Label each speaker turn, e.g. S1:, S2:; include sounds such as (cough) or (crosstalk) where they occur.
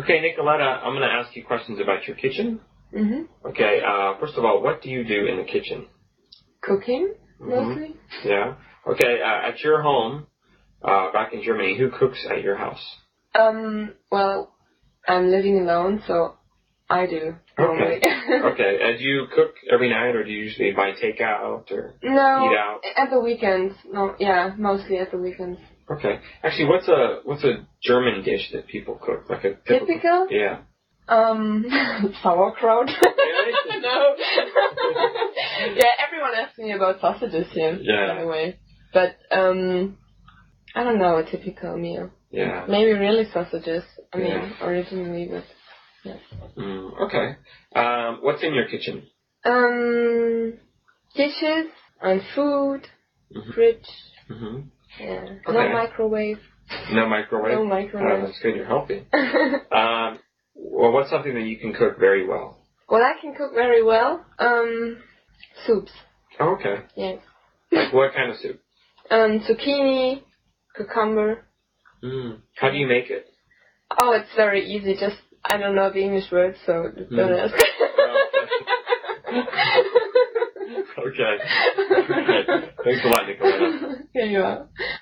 S1: Okay, Nicoletta, I'm going to ask you questions about your kitchen.
S2: Mm-hmm.
S1: Okay, uh, first of all, what do you do in the kitchen?
S2: Cooking
S1: Mhm.
S2: mostly.
S1: Yeah. Okay, uh, at your home, uh, back in Germany, who cooks at your house?
S2: Um. Well, I'm living alone, so I do normally. (laughs)
S1: Okay, and do you cook every night, or do you usually buy takeout or eat
S2: no,
S1: out?
S2: at the weekends. No, yeah, mostly at the weekends.
S1: Okay. Actually, what's a what's a German dish that people cook? Like a typical.
S2: Typical.
S1: Yeah.
S2: Um, (laughs) sauerkraut.
S1: Really?
S2: (laughs) no. yeah, everyone asks me about sausages here.
S1: Yeah.
S2: Anyway, but um, I don't know a typical meal.
S1: Yeah.
S2: Maybe really sausages. I mean,
S1: Yeah.
S2: originally, but
S1: Mm, okay. Um, what's in your kitchen?
S2: um, dishes and food,
S1: Mhm.
S2: fridge.
S1: hmm
S2: Yeah.
S1: Okay.
S2: No microwave.
S1: No
S2: No
S1: microwave. Oh,
S2: microwave.
S1: that's good. You're healthy.
S2: (laughs) well,
S1: Um, well, what's something that you can cook very well?
S2: I can cook very well. Um, soups.
S1: Oh, okay.
S2: Yeah.
S1: Like what kind of soup?
S2: Um, zucchini, cucumber.
S1: Mm. How do you make it?
S2: Oh, it's very easy. Just I don't know the English words, so just don't
S1: Mm. (laughs)
S2: (laughs) ask.
S1: Okay. Thanks a lot, Nicoletta.
S2: Here you are.